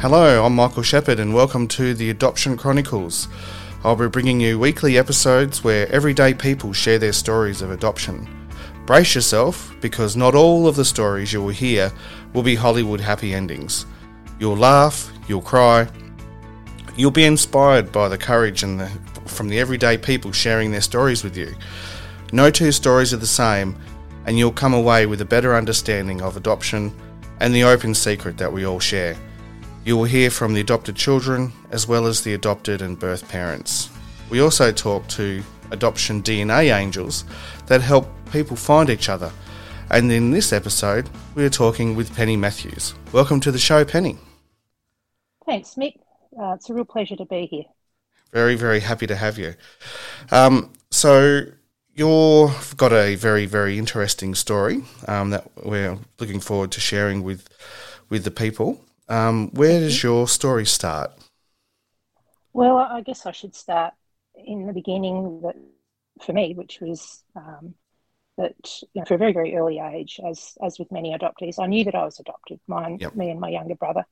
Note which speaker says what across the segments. Speaker 1: Hello, I'm Michael Shepherd, and welcome to the Adoption Chronicles. I'll be bringing you weekly episodes where everyday people share their stories of adoption. Brace yourself, because not all of the stories you will hear will be Hollywood happy endings. You'll laugh, you'll cry, you'll be inspired by the courage and the, from the everyday people sharing their stories with you. No two stories are the same, and you'll come away with a better understanding of adoption and the open secret that we all share. You will hear from the adopted children as well as the adopted and birth parents. We also talk to adoption DNA angels that help people find each other. And in this episode, we are talking with Penny Matthews. Welcome to the show, Penny.
Speaker 2: Thanks, Mick. Uh, it's a real pleasure to be here.
Speaker 1: Very, very happy to have you. Um, so, you've got a very, very interesting story um, that we're looking forward to sharing with with the people. Um, where does your story start?
Speaker 2: Well, I guess I should start in the beginning that for me, which was um, that you know, for a very, very early age, as as with many adoptees, I knew that I was adopted, mine,
Speaker 1: Yep.
Speaker 2: me and my younger brother.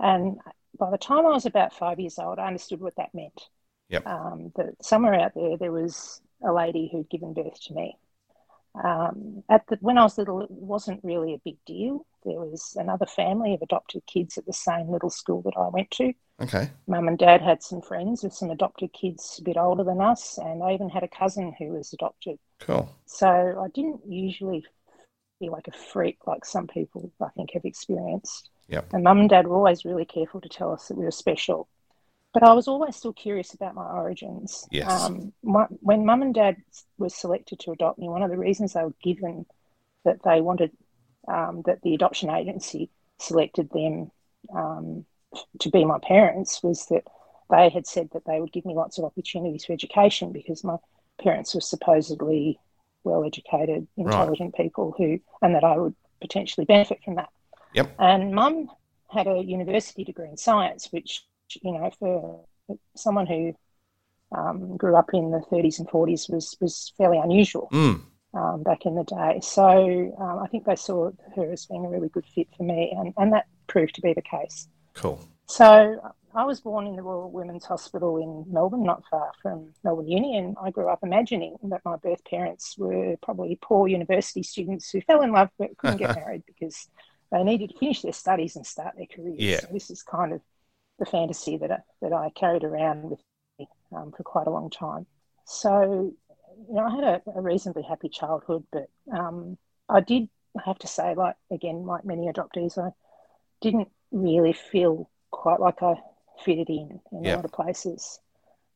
Speaker 2: And by the time I was about five years old, I understood what that meant.
Speaker 1: Yep.
Speaker 2: Um, that somewhere out there, there was a lady who'd given birth to me. Um, at the, when I was little, it wasn't really a big deal. There was another family of adopted kids at the same little school that I went to.
Speaker 1: Okay.
Speaker 2: Mum and Dad had some friends with some adopted kids a bit older than us, and I even had a cousin who was adopted.
Speaker 1: Cool.
Speaker 2: So I didn't usually feel like a freak like some people I think have experienced.
Speaker 1: Yep.
Speaker 2: And mum and dad were always really careful to tell us that we were special. But I was always still curious about my origins.
Speaker 1: Yes.
Speaker 2: Um, my, when mum and dad were selected to adopt me, one of the reasons they were given that they wanted um, that the adoption agency selected them um, to be my parents was that they had said that they would give me lots of opportunities for education because my parents were supposedly well educated, intelligent people who, and that I would potentially benefit from that.
Speaker 1: Yep.
Speaker 2: And mum had a university degree in science, which, you know, for someone who um, grew up in the 30s and 40s was, was fairly unusual
Speaker 1: Mm.
Speaker 2: um, back in the day. So um, I think they saw her as being a really good fit for me, and, and that proved to be the case.
Speaker 1: Cool.
Speaker 2: So I was born in the Royal Women's Hospital in Melbourne, not far from Melbourne Uni, and I grew up imagining that my birth parents were probably poor university students who fell in love but couldn't get married because they needed to finish their studies and start their careers.
Speaker 1: Yeah.
Speaker 2: So this is kind of the fantasy that I, that I carried around with me um, for quite a long time. So, you know, I had a, a reasonably happy childhood, but um, I did have to say, like again, like many adoptees, I didn't really feel quite like I fitted in in
Speaker 1: Yeah.
Speaker 2: a lot of places.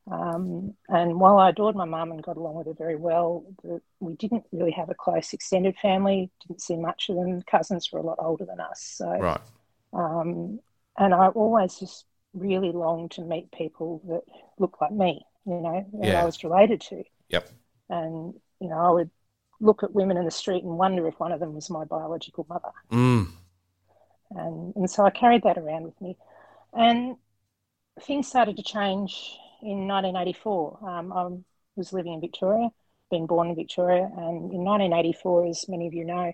Speaker 2: Um, and while I adored my mum and got along with her very well, the, we didn't really have a close extended family, didn't see much of them. Cousins were a lot older than us. So,
Speaker 1: Right.
Speaker 2: um, and I always just really longed to meet people that looked like me, you know, that
Speaker 1: Yeah.
Speaker 2: I was related to.
Speaker 1: Yep.
Speaker 2: And, you know, I would look at women in the street and wonder if one of them was my biological mother
Speaker 1: Mm.
Speaker 2: and, and so I carried that around with me. And things started to change in 1984. Um, I was living in Victoria, been born in Victoria, and in 1984, as many of you know,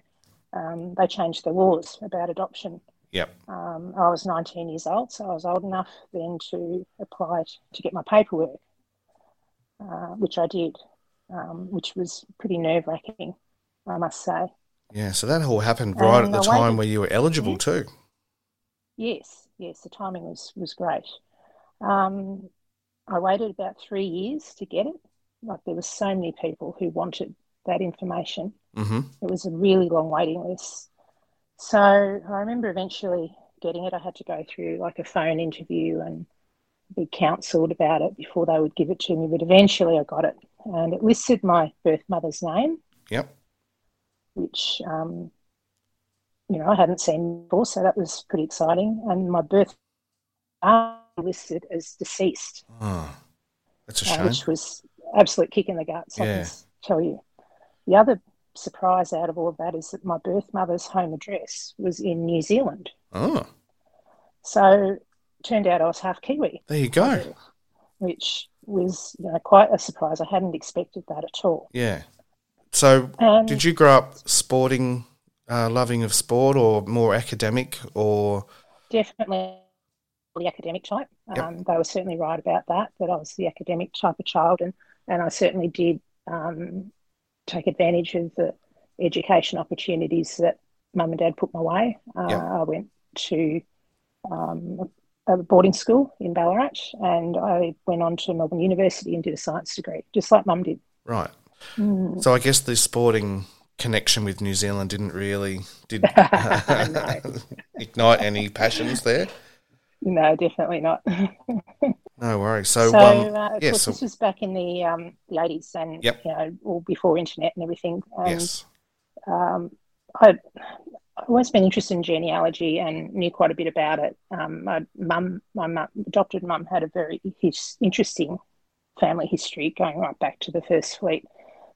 Speaker 2: um, they changed the laws about adoption.
Speaker 1: Yep.
Speaker 2: Um, I was 19 years old, so I was old enough then to apply t- to get my paperwork, uh, which I did, um, which was pretty nerve wracking, I must say.
Speaker 1: Yeah. So that all happened right at
Speaker 2: And
Speaker 1: the
Speaker 2: I
Speaker 1: time
Speaker 2: waited-
Speaker 1: where you were eligible
Speaker 2: Mhm.
Speaker 1: too.
Speaker 2: Yes, yes, the timing was was great. Um, I waited about three years to get it. Like there were so many people who wanted that information.
Speaker 1: Mm-hmm.
Speaker 2: It was a really long waiting list. So I remember eventually getting it. I had to go through like a phone interview and be counselled about it before they would give it to me. But eventually I got it, and it listed my birth mother's name,
Speaker 1: Yep.
Speaker 2: which um, you know I hadn't seen before, so that was pretty exciting. And my birth are listed as deceased,
Speaker 1: Oh, that's a
Speaker 2: uh,
Speaker 1: shame.
Speaker 2: which was absolute kick in the guts. I
Speaker 1: Yeah.
Speaker 2: can s- tell you. The other surprise out of all of that is that my birth mother's home address was in New Zealand,
Speaker 1: Oh,
Speaker 2: so turned out I was half Kiwi,
Speaker 1: there you go.
Speaker 2: which was you know quite a surprise. I hadn't expected that at all.
Speaker 1: Yeah. So,
Speaker 2: Um,
Speaker 1: did you grow up sporting, uh, loving of sport, or more academic, or
Speaker 2: definitely the academic type.
Speaker 1: Yep.
Speaker 2: Um, they were certainly right about that, that I was the academic type of child, and, and I certainly did um, take advantage of the education opportunities that mum and dad put my way. Uh,
Speaker 1: Yep.
Speaker 2: I went to um, a boarding school in Ballarat and I went on to Melbourne University and did a science degree, just like mum did.
Speaker 1: right?
Speaker 2: Mm.
Speaker 1: So, I guess the sporting connection with New Zealand didn't really did
Speaker 2: No.
Speaker 1: ignite any passions there.
Speaker 2: No, definitely not.
Speaker 1: No worries. So,
Speaker 2: So,
Speaker 1: um,
Speaker 2: uh, of
Speaker 1: yeah,
Speaker 2: course,
Speaker 1: so-
Speaker 2: this was back in the um, the 80s and,
Speaker 1: Yep.
Speaker 2: you know, all before internet and everything. And,
Speaker 1: yes,
Speaker 2: um, I, I've always been interested in genealogy and knew quite a bit about it. Um, my mum, my mum, adopted mum had a very his, interesting family history going right back to the First Fleet.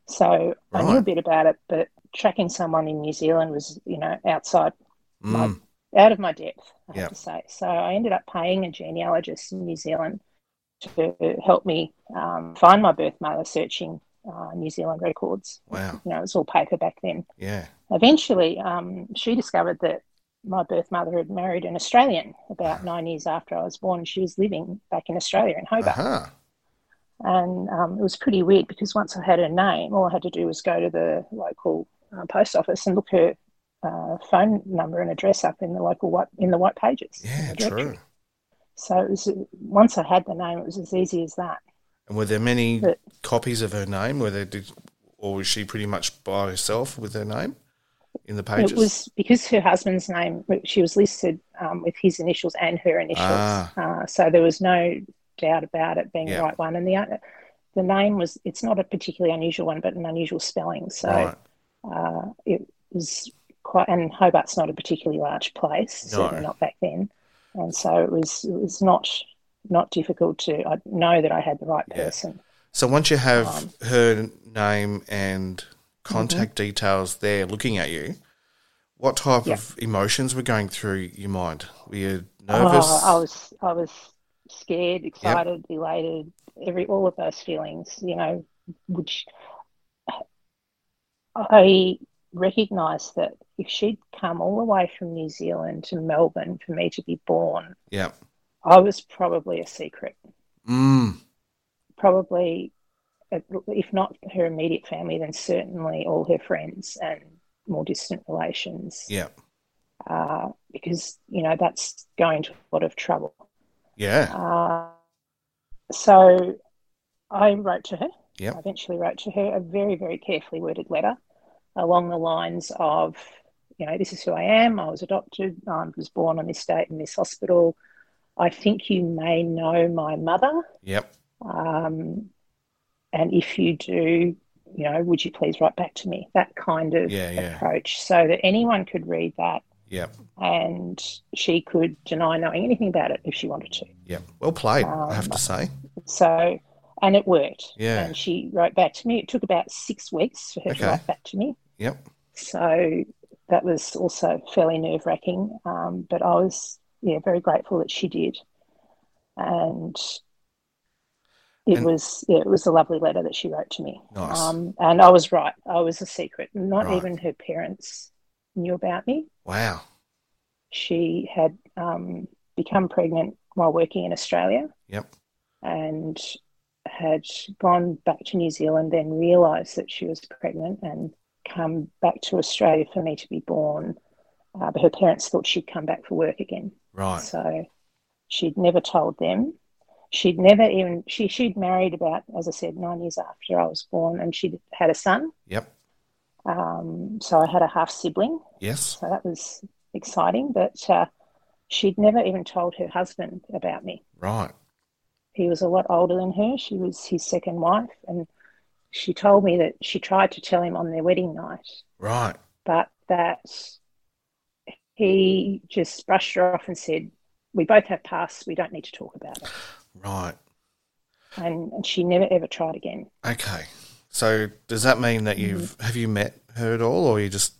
Speaker 2: So I knew a
Speaker 1: Right.
Speaker 2: bit about it, but tracking someone in New Zealand was, you know, outside my,
Speaker 1: Mm.
Speaker 2: out of my depth, I
Speaker 1: Yeah.
Speaker 2: have to say. So I ended up paying a genealogist in New Zealand to help me um, find my birth mother searching uh, New Zealand records.
Speaker 1: wow,
Speaker 2: You know, it was all paper back then
Speaker 1: yeah,
Speaker 2: eventually um, she discovered that my birth mother had married an Australian about nine years after I was born. She was living back in Australia in Hobart.
Speaker 1: aha,
Speaker 2: And um, it was pretty weird because once I had her name, all I had to do was go to the local uh, post office and look her uh, phone number and address up in the local white, in the white pages. in
Speaker 1: yeah,
Speaker 2: the directory.
Speaker 1: true.
Speaker 2: So it was, once I had the name, it was as easy as that.
Speaker 1: And were there many
Speaker 2: But-
Speaker 1: copies of her name? Were there, did, or was she pretty much by herself with her name in the pages?
Speaker 2: It was because her husband's name, she was listed um, with his initials and her initials.
Speaker 1: Ah.
Speaker 2: Uh, so there was no doubt about it being
Speaker 1: Yeah.
Speaker 2: the right one. And the other, the name was, it's not a particularly unusual one, but an unusual spelling. So
Speaker 1: right.
Speaker 2: uh, it was quite, and Hobart's not a particularly large place,
Speaker 1: No.
Speaker 2: certainly not back then. And so it was, it was not, not difficult to I know that I had the right
Speaker 1: Yeah.
Speaker 2: person.
Speaker 1: So once you have
Speaker 2: Um, mm-hmm.
Speaker 1: her name and contact details there looking at you, what type
Speaker 2: Yeah.
Speaker 1: of emotions were going through your mind? Were you nervous?
Speaker 2: Oh, I was I was scared, excited, elated, every all of those feelings, you know, which I recognised that if she'd come all the way from New Zealand to Melbourne for me to be born,
Speaker 1: yeah.
Speaker 2: I was probably a secret,
Speaker 1: Mm,
Speaker 2: probably if not her immediate family, then certainly all her friends and more distant relations,
Speaker 1: yeah.
Speaker 2: uh, because you know that's going to a lot of trouble.
Speaker 1: Yeah.
Speaker 2: Uh, so I wrote to her.
Speaker 1: Yep.
Speaker 2: I eventually wrote to her a very, very carefully worded letter along the lines of, you know, this is who I am. I was adopted. I was born on this date in this hospital. I think you may know my mother.
Speaker 1: Yep.
Speaker 2: Um, and if you do, you know, would you please write back to me? That kind of
Speaker 1: Yeah, yeah.
Speaker 2: approach, so that anyone could read that
Speaker 1: Yep.
Speaker 2: and she could deny knowing anything about it if she wanted to.
Speaker 1: Yep. Well played, I have
Speaker 2: Um,
Speaker 1: to say.
Speaker 2: So, and it worked.
Speaker 1: Yeah.
Speaker 2: And she wrote back to me. It took about six weeks for her
Speaker 1: Okay.
Speaker 2: to write back to me.
Speaker 1: Yep.
Speaker 2: So that was also fairly nerve wracking. Um, but I was, yeah, very grateful that she did. And it
Speaker 1: And-
Speaker 2: was, yeah, it was a lovely letter that she wrote to me.
Speaker 1: Nice.
Speaker 2: Um, and I was right. I was a secret. Not
Speaker 1: Right.
Speaker 2: even her parents knew about me.
Speaker 1: Wow.
Speaker 2: She had um, become pregnant while working in Australia
Speaker 1: Yep.
Speaker 2: and had gone back to New Zealand, then realised that she was pregnant and come back to Australia for me to be born. Uh, but her parents thought she'd come back for work again,
Speaker 1: Right.
Speaker 2: so she'd never told them. She'd never even she she'd married about, as I said, nine years after I was born, and she'd had a son.
Speaker 1: Yep.
Speaker 2: Um, so I had a half sibling,
Speaker 1: Yes.
Speaker 2: so that was exciting. But uh, she'd never even told her husband about me
Speaker 1: Right.
Speaker 2: he was a lot older than her. She was his second wife, and she told me that she tried to tell him on their wedding night,
Speaker 1: Right.
Speaker 2: but that he just brushed her off and said, "We both have pasts. We don't need to talk about it."
Speaker 1: Right.
Speaker 2: And, and she never ever tried again.
Speaker 1: Okay. So does that mean that you've have you met her at all, or you just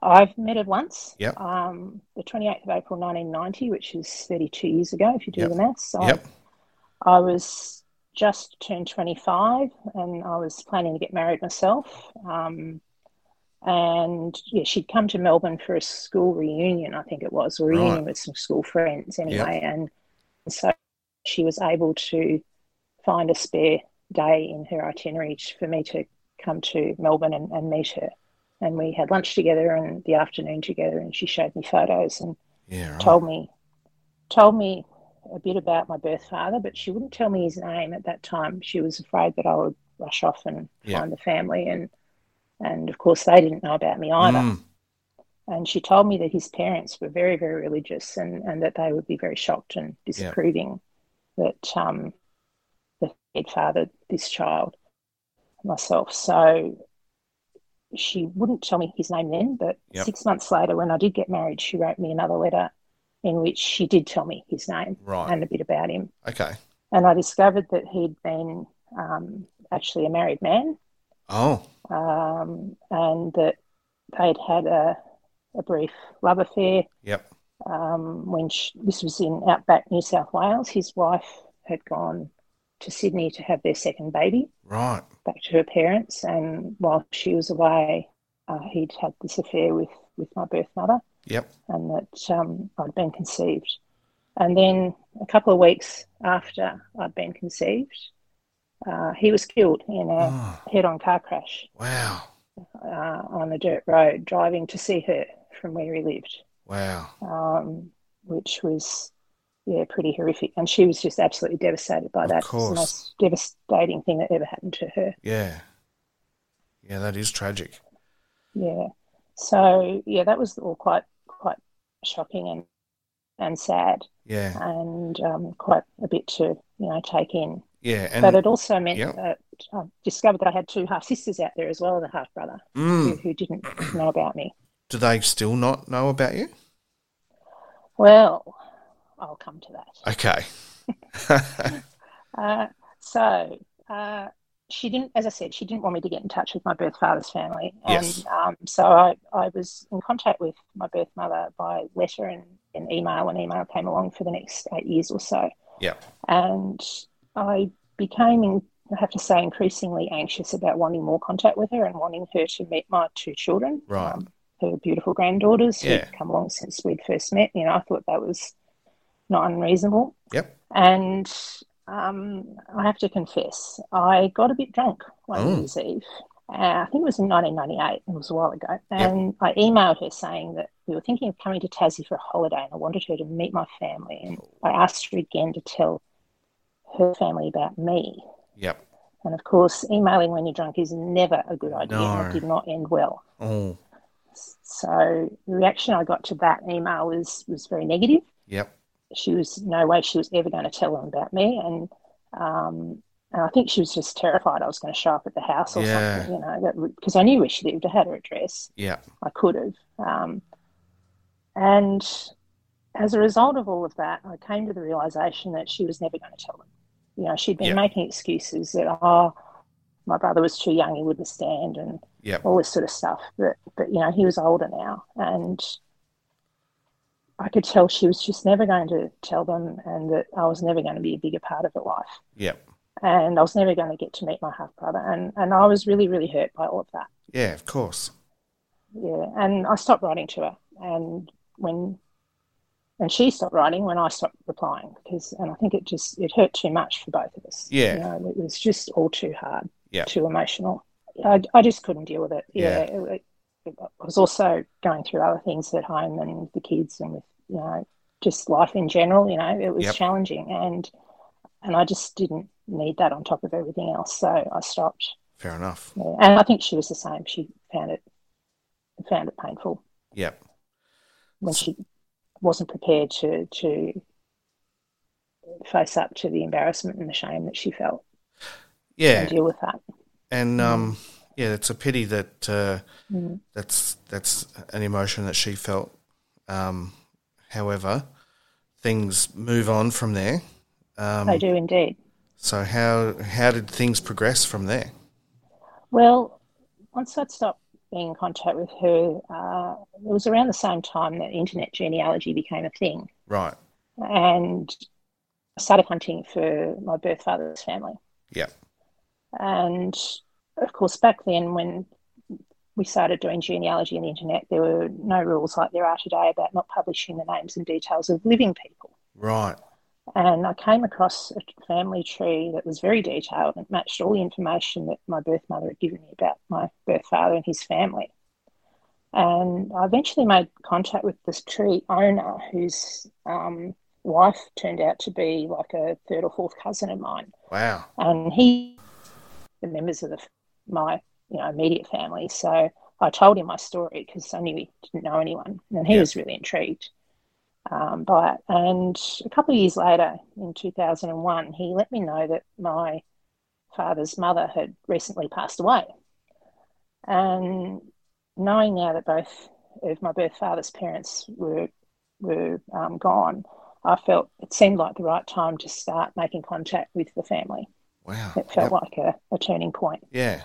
Speaker 2: I've met her once,
Speaker 1: Yep.
Speaker 2: um, the 28th of April 1990, which is 32 years ago, if you do
Speaker 1: Yep.
Speaker 2: the maths. I-
Speaker 1: yep?
Speaker 2: I was just turned 25 and I was planning to get married myself. Um, and yeah, she'd come to Melbourne for a school reunion, I think it was, or reunion
Speaker 1: Right.
Speaker 2: with some school friends anyway. And so she was able to find a spare day in her itinerary t- for me to come to Melbourne and, and meet her. And we had lunch together and the afternoon together, and she showed me photos and
Speaker 1: Yeah. Right.
Speaker 2: told me told me a bit about my birth father, but she wouldn't tell me his name at that time. She was afraid that I would rush off and
Speaker 1: Yeah.
Speaker 2: find the family and and of course they didn't know about me either.
Speaker 1: Mm,
Speaker 2: And she told me that his parents were very, very religious and, and that they would be very shocked and disapproving that um that he'd fathered this child myself. So she wouldn't tell me his name then, but
Speaker 1: Yep.
Speaker 2: six months later when I did get married, she wrote me another letter in which she did tell me his name
Speaker 1: Right.
Speaker 2: and a bit about him.
Speaker 1: okay.
Speaker 2: And I discovered that he'd been um, actually a married man
Speaker 1: Oh.
Speaker 2: um, and that they'd had a, a brief love affair
Speaker 1: Yep.
Speaker 2: um, when she, this was in outback New South Wales. His wife had gone to Sydney to have their second baby
Speaker 1: Right.
Speaker 2: back to her parents, and while she was away, uh, he'd had this affair with, with my birth mother,
Speaker 1: Yep.
Speaker 2: and that um, I'd been conceived. And then a couple of weeks after I'd been conceived, uh, he was killed in a
Speaker 1: Ah.
Speaker 2: head-on car crash
Speaker 1: Wow.
Speaker 2: uh, on a dirt road, driving to see her from where he lived,
Speaker 1: Wow.
Speaker 2: um, which was yeah pretty horrific. And she was just absolutely devastated by
Speaker 1: Of
Speaker 2: that. It was the
Speaker 1: course.
Speaker 2: most devastating thing that ever happened to her.
Speaker 1: Yeah. Yeah. That is tragic.
Speaker 2: Yeah. So yeah, that was all quite quite shocking and and sad
Speaker 1: Yeah.
Speaker 2: and um, quite a bit to you know take in.
Speaker 1: Yeah. And
Speaker 2: But it also meant
Speaker 1: yeah.
Speaker 2: that I discovered that I had two half sisters out there as well as a half brother who,
Speaker 1: mm,
Speaker 2: who didn't know about me.
Speaker 1: do they still not know about you?
Speaker 2: Well, I'll come to that.
Speaker 1: Okay.
Speaker 2: Uh, so uh, she didn't, as I said, she didn't want me to get in touch with my birth father's family, and
Speaker 1: Yes.
Speaker 2: um, so I, I was in contact with my birth mother by letter and, and email. When email came along for the next eight years or so,
Speaker 1: yep.
Speaker 2: and I became, in, I have to say, increasingly anxious about wanting more contact with her and wanting her to meet my two children, um,
Speaker 1: Right.
Speaker 2: her beautiful granddaughters
Speaker 1: Yeah.
Speaker 2: who'd come along since we'd first met. You know, I thought that was not unreasonable.
Speaker 1: Yep.
Speaker 2: And um, I have to confess, I got a bit drunk one
Speaker 1: Oh.
Speaker 2: New Year's Eve. Uh, I think it was in 1998, it was a while ago.
Speaker 1: Yep.
Speaker 2: And I emailed her saying that we were thinking of coming to Tassie for a holiday and I wanted her to meet my family.
Speaker 1: Oh.
Speaker 2: And I asked her again to tell her family about me.
Speaker 1: Yep.
Speaker 2: And of course, emailing when you're drunk is never a good idea. and
Speaker 1: No.
Speaker 2: It did not end well.
Speaker 1: Oh.
Speaker 2: So the reaction I got to that email was, was very negative
Speaker 1: Yep.
Speaker 2: she was no way she was ever going to tell them about me and Um, and I think she was just terrified I was going to show up at the house or
Speaker 1: Yeah.
Speaker 2: something, you know, because I knew where she lived. I had her address.
Speaker 1: Yeah.
Speaker 2: I could have. Um, and as a result of all of that, I came to the realization that she was never going to tell them. You know, she'd been
Speaker 1: Yeah.
Speaker 2: making excuses that, oh, my brother was too young, he wouldn't stand, and
Speaker 1: Yeah.
Speaker 2: all this sort of stuff. But but you know, he was older now, and I could tell she was just never going to tell them, and that I was never going to be a bigger part of her life,
Speaker 1: Yeah.
Speaker 2: and I was never going to get to meet my half brother, and and I was really really hurt by all of that.
Speaker 1: Yeah. Of course.
Speaker 2: Yeah, and I stopped writing to her, and when and she stopped writing when I stopped replying because, and I think it just it hurt too much for both of us.
Speaker 1: Yeah.
Speaker 2: you know, it was just all too hard,
Speaker 1: Yeah.
Speaker 2: too emotional. I I just couldn't deal with it.
Speaker 1: Yeah.
Speaker 2: Yeah, it- it- I was also going through other things at home and with the kids and with you know just life in general. You know, it was
Speaker 1: Yep.
Speaker 2: challenging, and and I just didn't need that on top of everything else, so I stopped.
Speaker 1: Fair enough.
Speaker 2: Yeah, and I think she was the same. She found it found it painful
Speaker 1: Yeah.
Speaker 2: when she wasn't prepared to to face up to the embarrassment and the shame that she felt
Speaker 1: Yeah.
Speaker 2: and deal with that.
Speaker 1: And um, yeah, it's a pity that uh,
Speaker 2: Mm.
Speaker 1: that's that's an emotion that she felt. Um, however, things move on from there.
Speaker 2: I
Speaker 1: Um,
Speaker 2: do indeed.
Speaker 1: so how how did things progress from there?
Speaker 2: Well, once I'd stopped being in contact with her, uh, it was around the same time that internet genealogy became a thing,
Speaker 1: Right.
Speaker 2: and I started hunting for my birth father's family.
Speaker 1: Yeah.
Speaker 2: And of course, back then, when we started doing genealogy on the internet, there were no rules like there are today about not publishing the names and details of living people.
Speaker 1: Right.
Speaker 2: And I came across a family tree that was very detailed and matched all the information that my birth mother had given me about my birth father and his family. And I eventually made contact with this tree owner whose um, wife turned out to be like a third or fourth cousin of mine
Speaker 1: Wow.
Speaker 2: and he the members of the, my you know immediate family so i told him my story because i knew he didn't know anyone and he
Speaker 1: Yeah.
Speaker 2: was really intrigued um, by it and a couple of years later in 2001 he let me know that my father's mother had recently passed away and knowing now that both of my birth father's parents were were um, gone I felt it seemed like the right time to start making contact with the family
Speaker 1: Wow.
Speaker 2: it
Speaker 1: Yep.
Speaker 2: felt like a, a turning point.
Speaker 1: Yeah.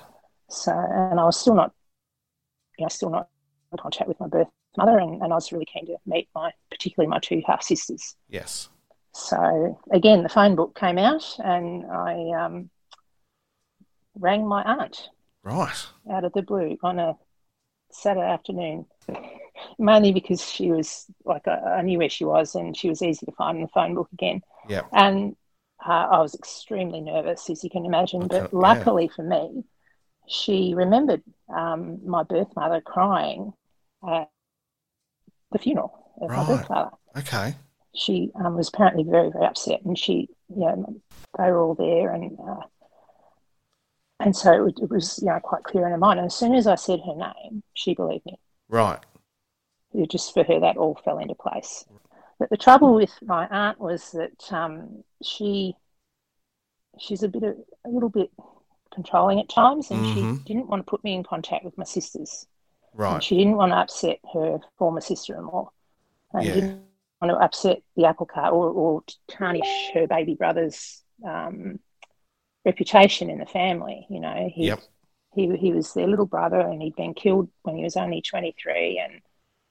Speaker 2: So, and I was still not, you know, still not in contact with my birth mother, and, and I was really keen to meet my, particularly my two half sisters.
Speaker 1: Yes.
Speaker 2: So, again, the phone book came out, and I um, rang my aunt
Speaker 1: Right.
Speaker 2: out of the blue on a Saturday afternoon, mainly because she was like, I, I knew where she was, and she was easy to find in the phone book again.
Speaker 1: Yeah.
Speaker 2: And uh, I was extremely nervous, as you can imagine.
Speaker 1: Okay,
Speaker 2: But
Speaker 1: yeah.
Speaker 2: luckily for me, she remembered um, my birth mother crying at the funeral of my
Speaker 1: Right.
Speaker 2: birth father.
Speaker 1: Okay.
Speaker 2: She um, was apparently very, very upset, and she, you know, they were all there, and uh, and so it, was- it was, you know, quite clear in her mind. And as soon as I said her name, she believed me
Speaker 1: Right.
Speaker 2: it just for her that all fell into place. But the trouble with my aunt was that um, she she's a bit of, a little bit controlling at times, and she
Speaker 1: Mhm.
Speaker 2: didn't want to put me in contact with my sisters. And
Speaker 1: Right.
Speaker 2: she didn't want to upset her former sister-in-law, and
Speaker 1: Yeah.
Speaker 2: didn't want to upset the apple cart or, or tarnish her baby brother's um, reputation in the family. You know, he
Speaker 1: Yep.
Speaker 2: he he was their little brother, and he'd been killed when he was only 23, and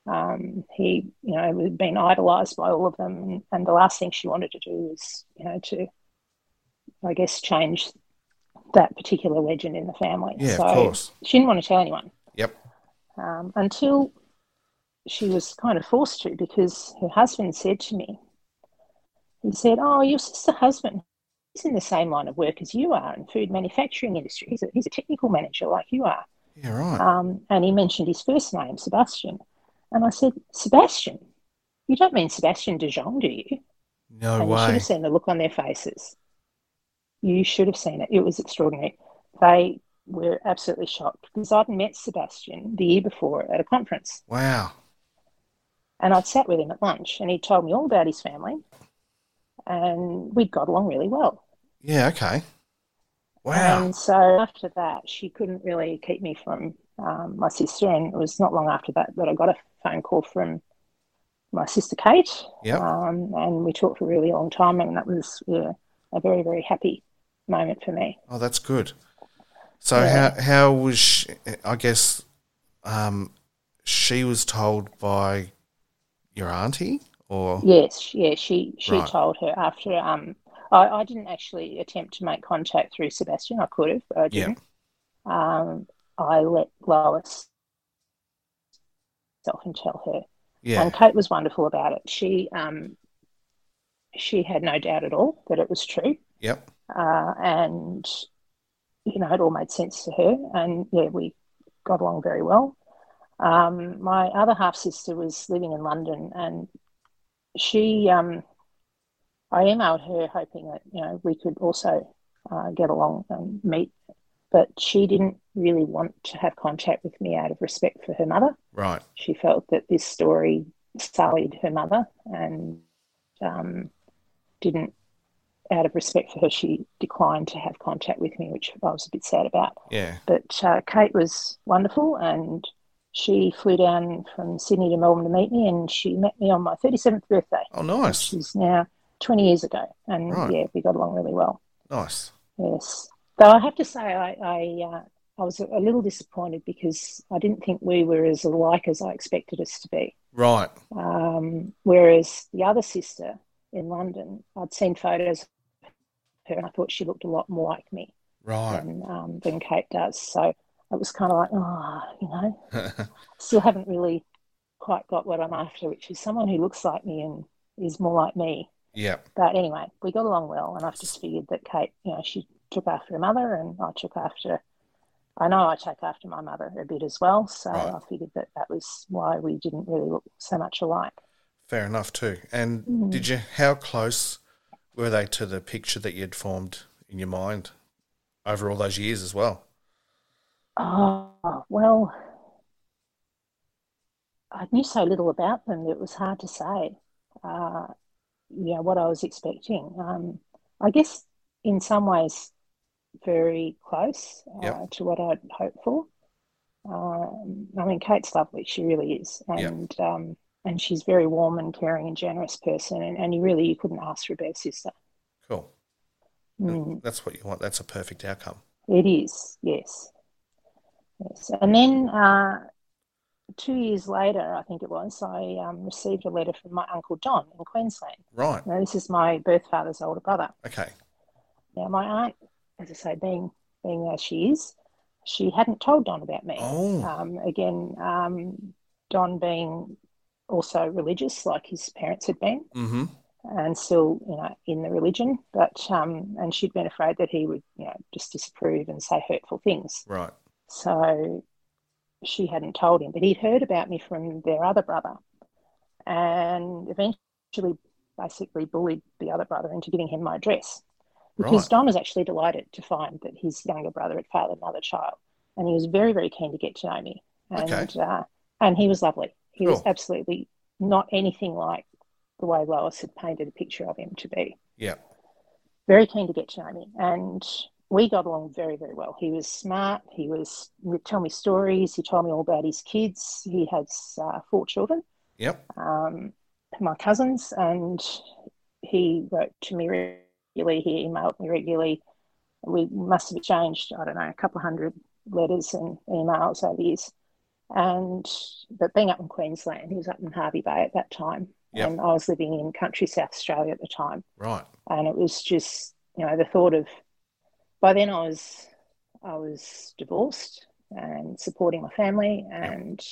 Speaker 2: um, he you know had been idolized by all of them, and, and the last thing she wanted to do was you know to I guess change that particular legend in the family.
Speaker 1: Yeah, of
Speaker 2: so
Speaker 1: course.
Speaker 2: she didn't want to tell anyone
Speaker 1: Yep.
Speaker 2: um, until she was kind of forced to because her husband said to me, he said, "Oh, your sister husband, he's in the same line of work as you are in food manufacturing industry. He's a, he's a technical manager like you are."
Speaker 1: Yeah. Right.
Speaker 2: Um, and he mentioned his first name, Sebastian, and I said, "Sebastian, you don't mean Sebastian Dijon, do you?"
Speaker 1: no
Speaker 2: and you should
Speaker 1: way.
Speaker 2: have seen the look on their faces. You should have seen it. It was extraordinary. They were absolutely shocked because I'd met Sebastian the year before at a conference.
Speaker 1: Wow.
Speaker 2: And I'd sat with him at lunch and he told me all about his family. And we'd got along really well.
Speaker 1: Yeah, okay. Wow.
Speaker 2: And so after that, she couldn't really keep me from um, my sister. And it was not long after that that I got a phone call from my sister Kate.
Speaker 1: Yep.
Speaker 2: Um, and we talked for a really long time. And that was yeah, a very, very happy moment for me.
Speaker 1: Oh, that's good. So
Speaker 2: Yeah.
Speaker 1: how how was she, I guess um, she was told by your auntie or
Speaker 2: Yes, yeah, she she
Speaker 1: Right.
Speaker 2: told her after um I, I didn't actually attempt to make contact through Sebastian. I could have, but I
Speaker 1: Yeah.
Speaker 2: didn't. Um, I let Lois self and tell her.
Speaker 1: yeah
Speaker 2: And Kate was wonderful about it. She um she had no doubt at all that it was true.
Speaker 1: yep
Speaker 2: Uh, and you know, it all made sense to her and yeah, we got along very well. Um, my other half sister was living in London and she um I emailed her hoping that, you know, we could also uh, get along and meet, but she didn't really want to have contact with me out of respect for her mother
Speaker 1: right
Speaker 2: she felt that this story sullied her mother and um, didn't, out of respect for her, she declined to have contact with me, which I was a bit sad about.
Speaker 1: yeah
Speaker 2: But uh, Kate was wonderful and she flew down from Sydney to Melbourne to meet me and she met me on my 37th birthday,
Speaker 1: oh nice
Speaker 2: which is now 20 years ago. And
Speaker 1: Right.
Speaker 2: yeah, we got along really well.
Speaker 1: nice
Speaker 2: Yes. Though I have to say, I I, uh, I was a little disappointed because I didn't think we were as alike as I expected us to be.
Speaker 1: right
Speaker 2: Um, whereas the other sister in London, I'd seen photos of her and I thought she looked a lot more like me
Speaker 1: right
Speaker 2: than, um, than Kate does. So it was kind of like, oh, you know, still haven't really quite got what I'm after, which is someone who looks like me and is more like me.
Speaker 1: yep
Speaker 2: But anyway, we got along well, and I've just figured that Kate, you know, she took after her mother, and I took after. I know I take after my mother a bit as well, so
Speaker 1: Right.
Speaker 2: I figured that that was why we didn't really look so much alike.
Speaker 1: fair enough too and
Speaker 2: Mm.
Speaker 1: did you how close were they to the picture that you'd formed in your mind over all those years as well
Speaker 2: Oh, well, I knew so little about them that it was hard to say, uh, you know, what I was expecting. Um, I guess in some ways, very close uh,
Speaker 1: Yep.
Speaker 2: to what I'd hoped for. Um, I mean, Kate's lovely; she really is,
Speaker 1: Yep.
Speaker 2: and um, and she's very warm and caring and generous person, and, and you really you couldn't ask for a better sister.
Speaker 1: cool
Speaker 2: Mm.
Speaker 1: that's what you want that's a perfect outcome
Speaker 2: It is, yes. Yes. And then uh, two years later, I think it was, I um, received a letter from my Uncle Don in Queensland.
Speaker 1: right
Speaker 2: Now, this is my birth father's older brother.
Speaker 1: okay
Speaker 2: Now, my aunt, as I say, being being as she is, she hadn't told Don about me.
Speaker 1: Oh.
Speaker 2: Um, again, um, Don being also religious, like his parents had been
Speaker 1: mm-hmm
Speaker 2: and still, you know, in the religion. But um, and she'd been afraid that he would, you know, just disapprove and say hurtful things.
Speaker 1: right
Speaker 2: So she hadn't told him, but he'd heard about me from their other brother, and eventually, basically bullied the other brother into giving him my address. Because
Speaker 1: Right.
Speaker 2: Don was actually delighted to find that his younger brother had failed another child, and he was very, very keen to get to know me. And
Speaker 1: Okay.
Speaker 2: uh, and he was lovely. He was
Speaker 1: Cool.
Speaker 2: absolutely not anything like the way Lois had painted a picture of him to be.
Speaker 1: yeah
Speaker 2: Very keen to get to know me, and we got along very, very well. He was smart. He was he would tell me stories. He told me all about his kids. He has uh, four children,
Speaker 1: yep
Speaker 2: um, my cousins, and he wrote to me regularly. He emailed me regularly. We must have exchanged, I don't know, a couple of hundred letters and emails over the years. And but being up in Queensland, he was up in Harvey Bay at that time,
Speaker 1: Yep.
Speaker 2: and I was living in country South Australia at the time
Speaker 1: right
Speaker 2: and it was just you know the thought of by then I was I was divorced and supporting my family and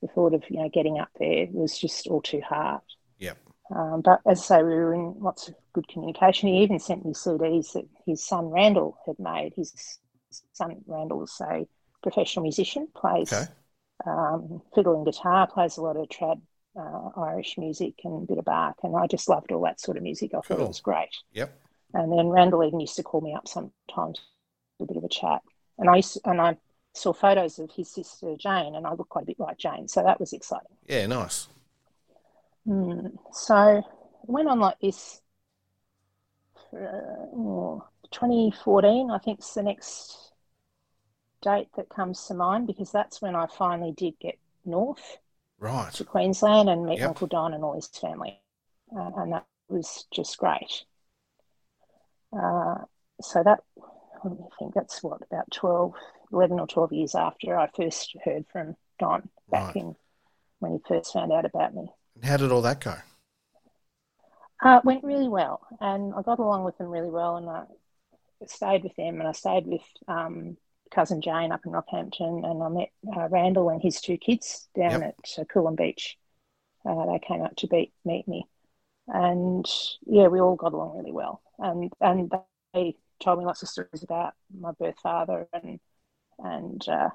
Speaker 2: the thought of you know getting up there was just all too hard
Speaker 1: yep
Speaker 2: um, but as I say we were in lots of good communication he even sent me CDs that his son Randall had made his son Randall is a professional musician plays
Speaker 1: okay
Speaker 2: um, fiddle and guitar, plays a lot of trad, uh, Irish music, and a bit of Bach. And I just loved all that sort of music. I thought
Speaker 1: Cool.
Speaker 2: it was great.
Speaker 1: yep
Speaker 2: And then Randall even used to call me up sometimes for a bit of a chat. And I used and I saw photos of his sister Jane, and I looked quite a bit like Jane, so that was exciting.
Speaker 1: yeah nice
Speaker 2: Mm. So it went on like this uh, 2014, I think, is the next date that comes to mind because that's when I finally did get north
Speaker 1: Right.
Speaker 2: to Queensland and meet
Speaker 1: Yep.
Speaker 2: Uncle Don and all his family. Uh, and that was just great. Uh, so that, let me think, that's what, about 12, 11 or 12 years after I first heard from Don back
Speaker 1: Right.
Speaker 2: in when he first found out about me.
Speaker 1: And how did all that go?
Speaker 2: Uh, it went really well, and I got along with them really well, and I stayed with them, and I stayed with um, cousin Jane up in Rockhampton, and I met uh, Randall and his two kids down
Speaker 1: Yep.
Speaker 2: at uh, Coolum Beach. Uh, they came up to be, meet me, and yeah, we all got along really well, and and they told me lots of stories about my birth father, and and uh,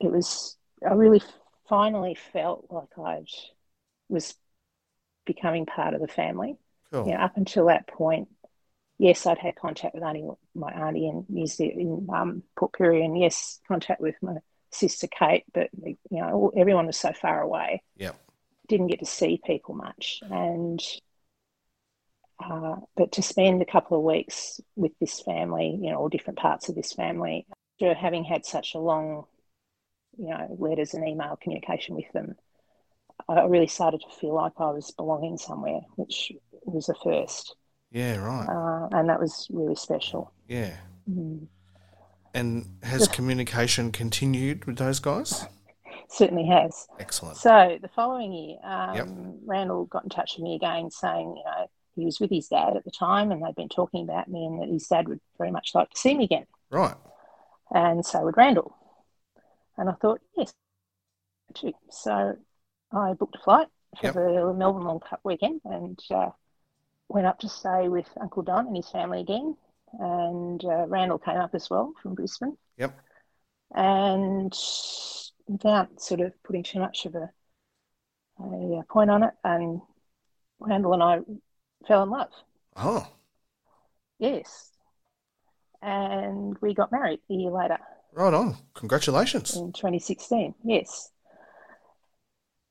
Speaker 2: it was I really finally felt like I was becoming part of the family.
Speaker 1: Cool.
Speaker 2: Yeah, up until that point, yes, I'd had contact with auntie, my auntie in New Zealand, in um, Port Pirie, and yes, contact with my sister Kate, but you know, all- everyone was so far away.
Speaker 1: Yep.
Speaker 2: Didn't get to see people much, and uh, but to spend a couple of weeks with this family, you know, all different parts of this family, after having had such a long, you know, letters and email communication with them, I really started to feel like I was belonging somewhere, which was a first,
Speaker 1: Yeah, right.
Speaker 2: uh, and that was really special.
Speaker 1: Yeah.
Speaker 2: Mm.
Speaker 1: And has communication continued with those guys?
Speaker 2: Certainly has.
Speaker 1: Excellent.
Speaker 2: So the following year, um,
Speaker 1: Yep.
Speaker 2: Randall got in touch with me again, saying, you know, he was with his dad at the time, and they'd been talking about me, and that his dad would very much like to see me again,
Speaker 1: Right.
Speaker 2: and so would Randall. And I thought, yes, too. So I booked a flight for
Speaker 1: Yep.
Speaker 2: the Melbourne Long Cup weekend and uh, went up to stay with Uncle Don and his family again. And uh, Randall came up as well from Brisbane.
Speaker 1: Yep.
Speaker 2: And without sort of putting too much of a, a uh, point on it, and Randall and I fell in love.
Speaker 1: Oh,
Speaker 2: Yes. And we got married a year later.
Speaker 1: right on. Congratulations.
Speaker 2: in 2016. Yes,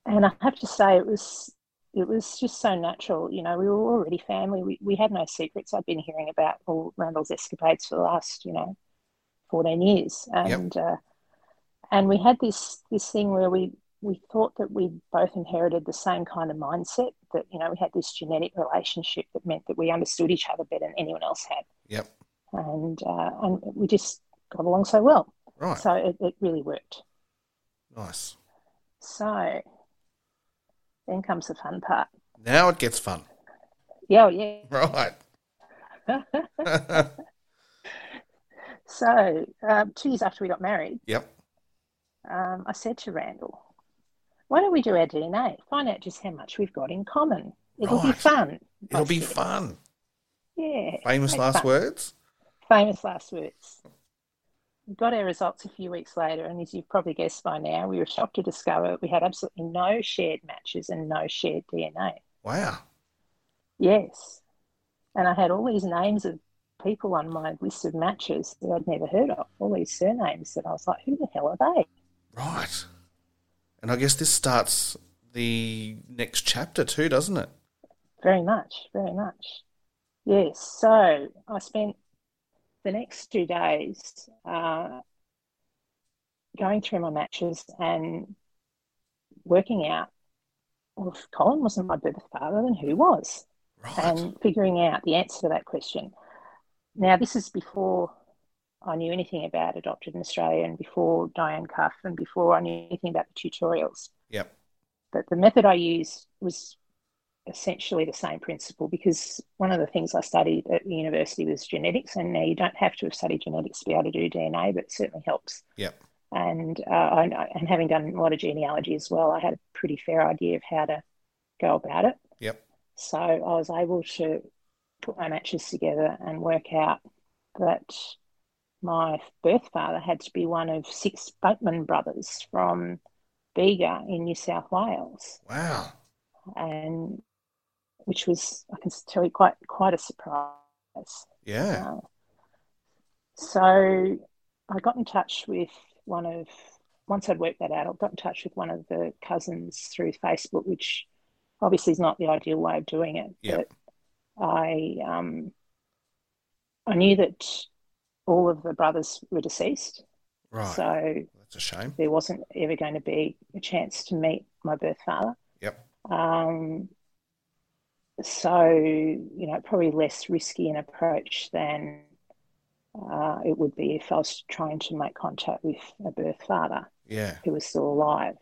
Speaker 2: and I have to say it was it was just so natural. You know, we were already family. We we had no secrets. I've been hearing about all Randall's escapades for the last you know 14 years, and uh, and we had this this thing where we we thought that we both inherited the same kind of mindset. That you know we had this genetic relationship that meant that we understood each other better than anyone else had,
Speaker 1: Yep.
Speaker 2: and uh, and we just got along so well.
Speaker 1: Right.
Speaker 2: So it, it really worked.
Speaker 1: Nice.
Speaker 2: So then comes the fun part.
Speaker 1: Now it gets fun.
Speaker 2: Yeah, oh, yeah.
Speaker 1: Right.
Speaker 2: So um, two years after we got married,
Speaker 1: yep.
Speaker 2: um, I said to Randall, why don't we do our DNA? Find out just how much we've got in common. It'll be
Speaker 1: Right.
Speaker 2: fun.
Speaker 1: It'll
Speaker 2: Let's
Speaker 1: be
Speaker 2: do it."
Speaker 1: fun.
Speaker 2: Yeah.
Speaker 1: Famous
Speaker 2: make
Speaker 1: last
Speaker 2: fun.
Speaker 1: words.
Speaker 2: Famous last words. We got our results a few weeks later, and as you've probably guessed by now, we were shocked to discover we had absolutely no shared matches and no shared DNA.
Speaker 1: Wow.
Speaker 2: Yes. And I had all these names of people on my list of matches that I'd never heard of, all these surnames that I was like, who the hell are they?
Speaker 1: Right. And I guess this starts the next chapter too, doesn't it?
Speaker 2: Very much, very much. Yes. So I spent the next two days uh, going through my matches and working out well, if Colin wasn't my birth father, then who was?
Speaker 1: Right.
Speaker 2: and figuring out the answer to that question. Now, this is before I knew anything about Adopted in Australia and before Diane Cuff and before I knew anything about the tutorials.
Speaker 1: Yep.
Speaker 2: But the method I used was essentially the same principle because one of the things I studied at university was genetics, and now you don't have to have studied genetics to be able to do DNA, but it certainly helps.
Speaker 1: Yep.
Speaker 2: And uh, I, I- and having done a lot of genealogy as well, I had a pretty fair idea of how to go about it.
Speaker 1: Yep.
Speaker 2: So I was able to put my matches together and work out that my birth father had to be one of six Bateman brothers from Bega in New South Wales,
Speaker 1: Wow.
Speaker 2: and which was, I can tell you, quite quite a surprise.
Speaker 1: Yeah.
Speaker 2: Uh, so I got in touch with one of, once I'd worked that out, I got in touch with one of the cousins through Facebook, which obviously is not the ideal way of doing it.
Speaker 1: Yep.
Speaker 2: But I um, I knew that all of the brothers were deceased,
Speaker 1: Right.
Speaker 2: so
Speaker 1: That's a shame.
Speaker 2: there wasn't ever going to be a chance to meet my birth father.
Speaker 1: Yep.
Speaker 2: Um, so, you know, probably less risky an approach than uh, it would be if I was trying to make contact with a birth father
Speaker 1: Yeah.
Speaker 2: who was still alive.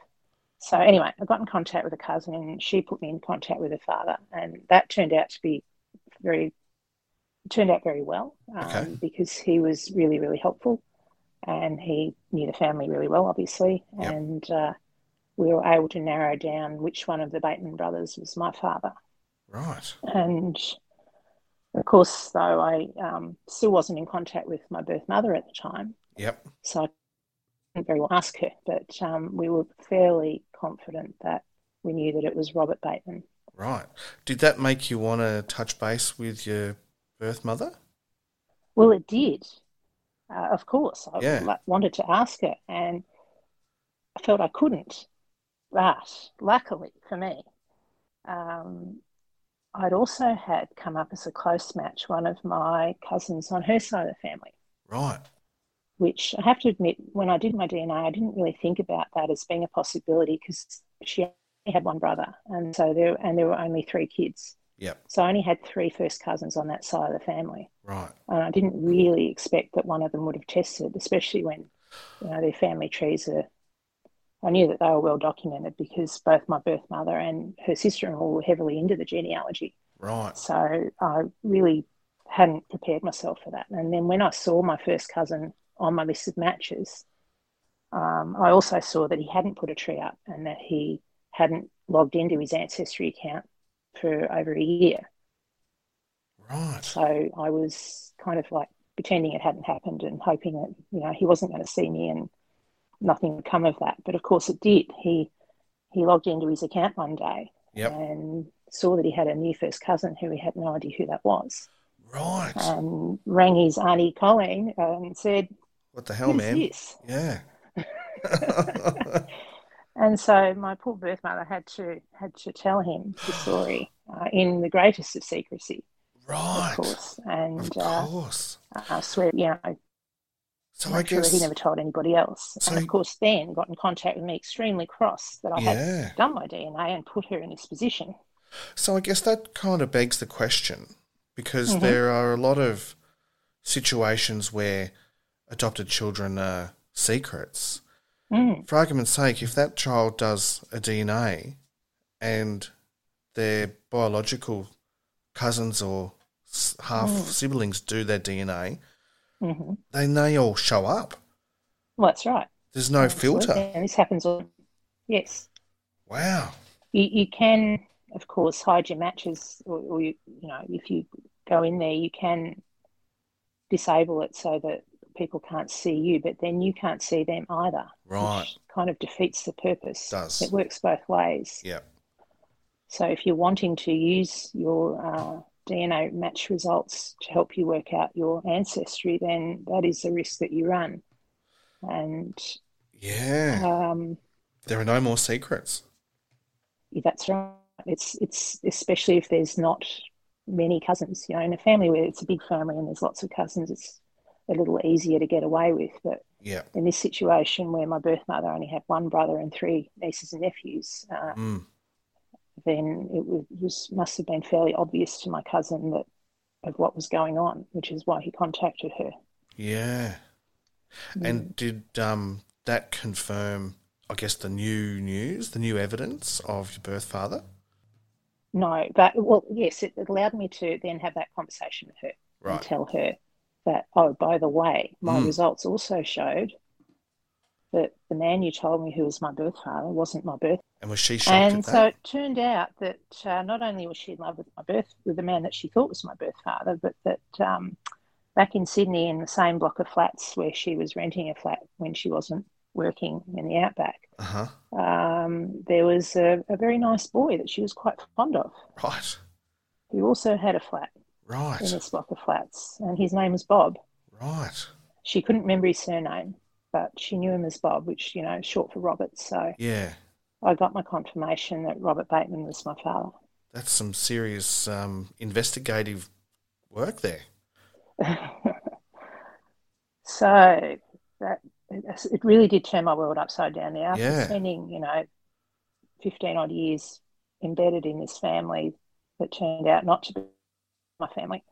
Speaker 2: So, anyway, I got in contact with a cousin and she put me in contact with her father, and that turned out to be very, turned out very well um,
Speaker 1: Okay.
Speaker 2: because he was really, really helpful and he knew the family really well, obviously.
Speaker 1: Yep.
Speaker 2: And uh, we were able to narrow down which one of the Bateman brothers was my father.
Speaker 1: Right.
Speaker 2: And of course, though, I um, still wasn't in contact with my birth mother at the time.
Speaker 1: Yep.
Speaker 2: So I couldn't very well ask her, but um, we were fairly confident that we knew that it was Robert Bateman.
Speaker 1: Right. Did that make you want to touch base with your birth mother?
Speaker 2: Well, it did. Uh, of course, I
Speaker 1: Yeah.
Speaker 2: la- wanted to ask her, and I felt I couldn't. But luckily for me, um, I'd also had come up as a close match one of my cousins on her side of the family.
Speaker 1: Right.
Speaker 2: which I have to admit, when I did my DNA, I didn't really think about that as being a possibility because she only had one brother, and so there and there were only three kids,
Speaker 1: Yep.
Speaker 2: so I only had three first cousins on that side of the family,
Speaker 1: Right.
Speaker 2: and I didn't really expect that one of them would have tested, especially when you know their family trees are. I knew that they were well documented because both my birth mother and her sister-in-law were heavily into the genealogy.
Speaker 1: Right.
Speaker 2: So I really hadn't prepared myself for that. And then when I saw my first cousin on my list of matches, um, I also saw that he hadn't put a tree up and that he hadn't logged into his ancestry account for over a year.
Speaker 1: Right.
Speaker 2: So I was kind of like pretending it hadn't happened and hoping that, you know, he wasn't going to see me and nothing would come of that. But of course it did. He he logged into his account one day
Speaker 1: Yep.
Speaker 2: and saw that he had a new first cousin who he had no idea who that was
Speaker 1: Right.
Speaker 2: um, rang his auntie Colleen and said,
Speaker 1: What the hell,
Speaker 2: "Who's
Speaker 1: Oh, man?
Speaker 2: this?"
Speaker 1: Yeah.
Speaker 2: And so my poor birth mother had to had to tell him the story uh, in the greatest of secrecy,
Speaker 1: Right.
Speaker 2: of course,
Speaker 1: Of
Speaker 2: and uh,
Speaker 1: course.
Speaker 2: I swear, you know,
Speaker 1: So I
Speaker 2: make sure that
Speaker 1: guess.
Speaker 2: he never told anybody else.
Speaker 1: So-
Speaker 2: and of course, then got in contact with me, extremely cross that I
Speaker 1: Yeah.
Speaker 2: had done my DNA and put her in this position.
Speaker 1: So I guess that kind of begs the question because
Speaker 2: Mhm.
Speaker 1: there are a lot of situations where adopted children are secrets.
Speaker 2: Mm,
Speaker 1: For argument's sake, if that child does a DNA and their biological cousins or s- half
Speaker 2: Mm.
Speaker 1: siblings do their DNA,
Speaker 2: hmm
Speaker 1: then they all show up.
Speaker 2: Well, that's right.
Speaker 1: There's no filter.
Speaker 2: Absolutely. and this happens all. Yes,
Speaker 1: Wow.
Speaker 2: You, you can, of course, hide your matches, or, or you, you know, if you go in there, you can disable it so that people can't see you, but then you can't see them either,
Speaker 1: Right.
Speaker 2: which kind of defeats the purpose.
Speaker 1: Does.
Speaker 2: It works both ways.
Speaker 1: Yeah.
Speaker 2: So if you're wanting to use your uh, DNA match results to help you work out your ancestry, then that is the risk that you run. And
Speaker 1: Yeah.
Speaker 2: um,
Speaker 1: There are no more secrets.
Speaker 2: Yeah, That's right. It's it's especially if there's not many cousins, you know, in a family where it's a big family and there's lots of cousins, it's a little easier to get away with. But
Speaker 1: Yeah.
Speaker 2: in this situation where my birth mother only had one brother and three nieces and nephews, uh,
Speaker 1: Mm.
Speaker 2: then it was, was must have been fairly obvious to my cousin that of what was going on, which is why he contacted her.
Speaker 1: Yeah. And did um, that confirm, I guess, the new news, the new evidence of your birth father?
Speaker 2: No, but well, yes, it allowed me to then have that conversation with her. and
Speaker 1: Right.
Speaker 2: tell her that, oh, by the way, my
Speaker 1: Mm.
Speaker 2: results also showed that the man you told me who was my birth father wasn't my birth.
Speaker 1: And was she shocked at
Speaker 2: And so
Speaker 1: that?
Speaker 2: it turned out that uh, not only was she in love with my birth, with the man that she thought was my birth father, but that um, back in Sydney, in the same block of flats where she was renting a flat when she wasn't working in the outback,
Speaker 1: Uh huh.
Speaker 2: um, there was a, a very nice boy that she was quite fond of
Speaker 1: Right.
Speaker 2: who also had a flat in
Speaker 1: Right.
Speaker 2: this block of flats, and his name was Bob.
Speaker 1: Right.
Speaker 2: she couldn't remember his surname, but she knew him as Bob, which, you know, is short for Robert. So
Speaker 1: Yeah.
Speaker 2: I got my confirmation that Robert Bateman was my father.
Speaker 1: That's some serious um, investigative work there.
Speaker 2: so that it really did turn my world upside down. Now, after
Speaker 1: Yeah.
Speaker 2: spending you know fifteen odd years embedded in this family that turned out not to be my family,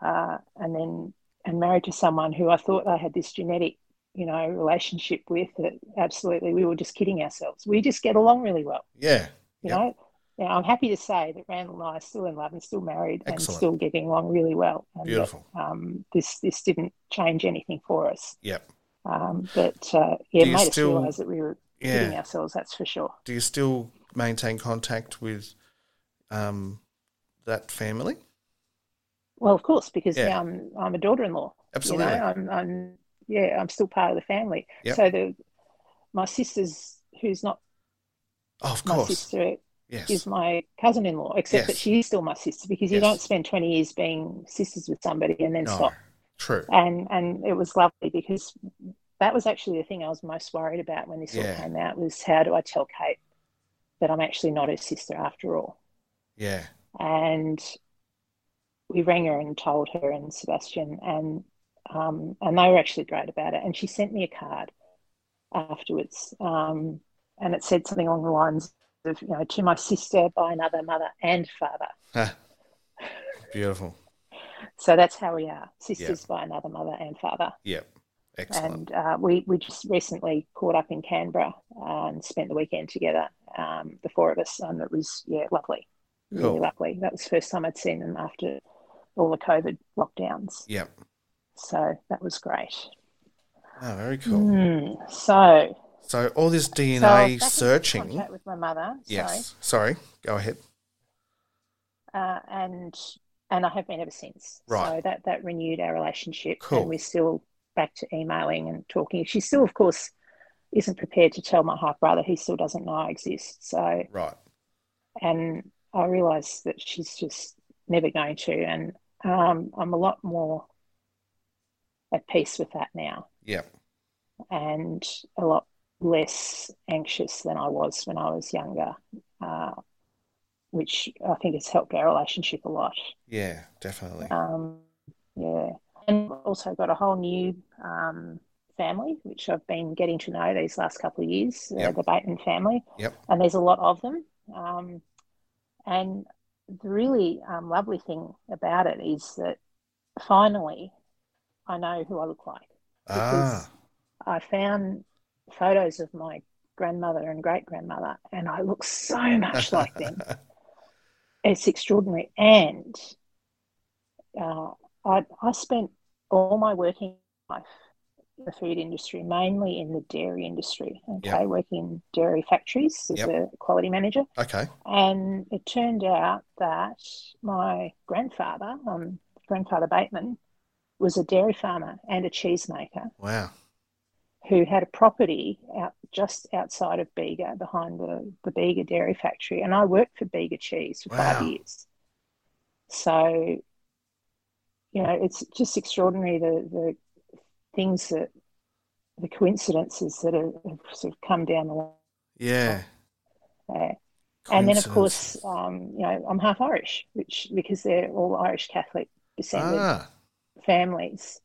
Speaker 2: uh, and then and married to someone who I thought I had this genetic you know relationship with that absolutely we were just kidding ourselves. We just get along really well.
Speaker 1: Yeah.
Speaker 2: You
Speaker 1: Yep.
Speaker 2: know, now I'm happy to say that Randall and I are still in love and still married and
Speaker 1: Excellent.
Speaker 2: still getting along really well. And uh, that,
Speaker 1: Beautiful.
Speaker 2: um, this this didn't change anything for us,
Speaker 1: Yep.
Speaker 2: um, but uh, yeah,
Speaker 1: Do
Speaker 2: it
Speaker 1: you
Speaker 2: made us
Speaker 1: still-
Speaker 2: realise that we were
Speaker 1: Yeah.
Speaker 2: kidding ourselves. That's for sure.
Speaker 1: Do you still maintain contact with um, that family?
Speaker 2: Well, of course, because
Speaker 1: Yeah.
Speaker 2: now I'm I'm a daughter-in-law.
Speaker 1: Absolutely.
Speaker 2: You know, I'm, I'm yeah, I'm still part of the family.
Speaker 1: Yep.
Speaker 2: So the my sister's who's not
Speaker 1: Oh, of
Speaker 2: my
Speaker 1: course.
Speaker 2: sister
Speaker 1: Yes.
Speaker 2: is my cousin-in-law, except that
Speaker 1: Yes.
Speaker 2: she is still my sister because you
Speaker 1: Yes.
Speaker 2: don't spend 20 years being sisters with somebody and then
Speaker 1: no.
Speaker 2: stop.
Speaker 1: True.
Speaker 2: and and it was lovely because that was actually the thing I was most worried about when this all
Speaker 1: Yeah.
Speaker 2: came out was how do I tell Kate that I'm actually not her sister after all?
Speaker 1: Yeah.
Speaker 2: And we rang her and told her and Sebastian and um, and they were actually great about it. And she sent me a card afterwards, um, and it said something along the lines of you know to my sister by another mother and father.
Speaker 1: Ha. Beautiful.
Speaker 2: So that's how we are sisters by another mother and father.
Speaker 1: Yep. Excellent.
Speaker 2: and uh, we we just recently caught up in Canberra uh, and spent the weekend together, um, the four of us, and it was yeah lovely, really
Speaker 1: Cool.
Speaker 2: lovely. That was the first time I'd seen them after all the COVID lockdowns,
Speaker 1: Yep.
Speaker 2: so that was great.
Speaker 1: Oh, very cool.
Speaker 2: Mm, so
Speaker 1: So all this
Speaker 2: so I
Speaker 1: DNA
Speaker 2: was back in
Speaker 1: searching.
Speaker 2: contact with my mother, sorry,
Speaker 1: Yes. Sorry. Go ahead.
Speaker 2: uh, and and I have been ever since. So
Speaker 1: Right.
Speaker 2: that that renewed our relationship,
Speaker 1: Cool.
Speaker 2: and we're still back to emailing and talking. She still, of course. Isn't prepared to tell my half brother he still doesn't know I exist. So
Speaker 1: Right.
Speaker 2: and I realise that she's just never going to. And um, I'm a lot more at peace with that now,
Speaker 1: Yep.
Speaker 2: and a lot less anxious than I was when I was younger, uh, which I think has helped our relationship a lot.
Speaker 1: Yeah. Definitely.
Speaker 2: Um, yeah, and also got a whole new um, family, which I've been getting to know these last couple of years, uh,
Speaker 1: Yep.
Speaker 2: the Bateman family
Speaker 1: Yep.
Speaker 2: and there's a lot of them. Um, and the really um, lovely thing about it is that finally I know who I look like. Uh,
Speaker 1: Ah.
Speaker 2: I found photos of my grandmother and great grandmother, and I look so much like them. It's extraordinary. And uh, I, I spent all my working life in the food industry, mainly in the dairy industry. Okay,
Speaker 1: Yep.
Speaker 2: working in dairy factories as
Speaker 1: Yep.
Speaker 2: a quality manager.
Speaker 1: Okay.
Speaker 2: And it turned out that my grandfather, um, grandfather Bateman, was a dairy farmer and a cheesemaker
Speaker 1: Wow.
Speaker 2: who had a property out just outside of Bega, behind the, the Bega dairy factory. And I worked for Bega Cheese for five
Speaker 1: Wow.
Speaker 2: years. So, you know, it's just extraordinary the, the things that the coincidences that have, have sort of come down the line.
Speaker 1: Yeah.
Speaker 2: there. And then, of course,
Speaker 1: Coincidence.
Speaker 2: um, you know, I'm half Irish, which because they're all Irish Catholic descended
Speaker 1: Ah.
Speaker 2: families,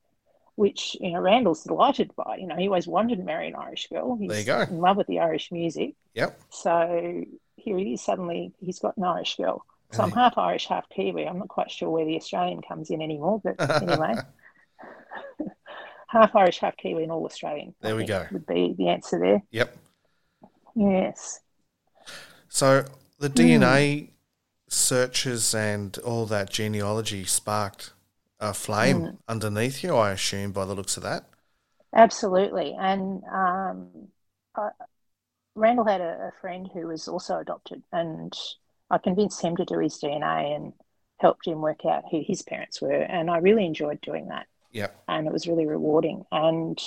Speaker 2: which you know Randall's delighted by. You know, he always wanted to marry an Irish girl. He's
Speaker 1: There you go.
Speaker 2: in love with the Irish music.
Speaker 1: Yep.
Speaker 2: So here he is. Suddenly, he's got an Irish girl. So I'm
Speaker 1: Really?
Speaker 2: half Irish, half Kiwi. I'm not quite sure where the Australian comes in anymore, but anyway, half Irish, half Kiwi, and all Australian. I
Speaker 1: There we
Speaker 2: think
Speaker 1: go.
Speaker 2: Would be the answer there.
Speaker 1: Yep.
Speaker 2: Yes.
Speaker 1: So the
Speaker 2: Mm.
Speaker 1: DNA searches and all that genealogy sparked a flame
Speaker 2: Mm.
Speaker 1: underneath you, I assume, by the looks of that.
Speaker 2: Absolutely. And um, I, Randall had a, a friend who was also adopted, and I convinced him to do his DNA and helped him work out who his parents were. And I really enjoyed doing that,
Speaker 1: Yep.
Speaker 2: and it was really rewarding. And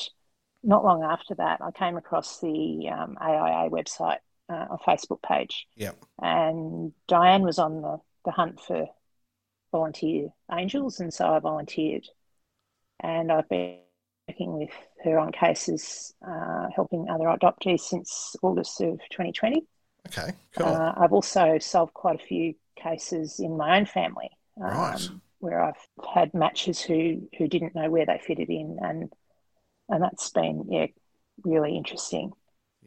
Speaker 2: not long after that, I came across the um, AIA website uh, or Facebook page,
Speaker 1: Yep.
Speaker 2: and Diane was on the, the hunt for volunteer angels, and so I volunteered. And I've been working with her on cases uh, helping other adoptees since August of 2020.
Speaker 1: Okay. Cool.
Speaker 2: Uh, I've also solved quite a few cases in my own family, um,
Speaker 1: Right.
Speaker 2: where I've had matches who who didn't know where they fitted in, and and that's been yeah really interesting.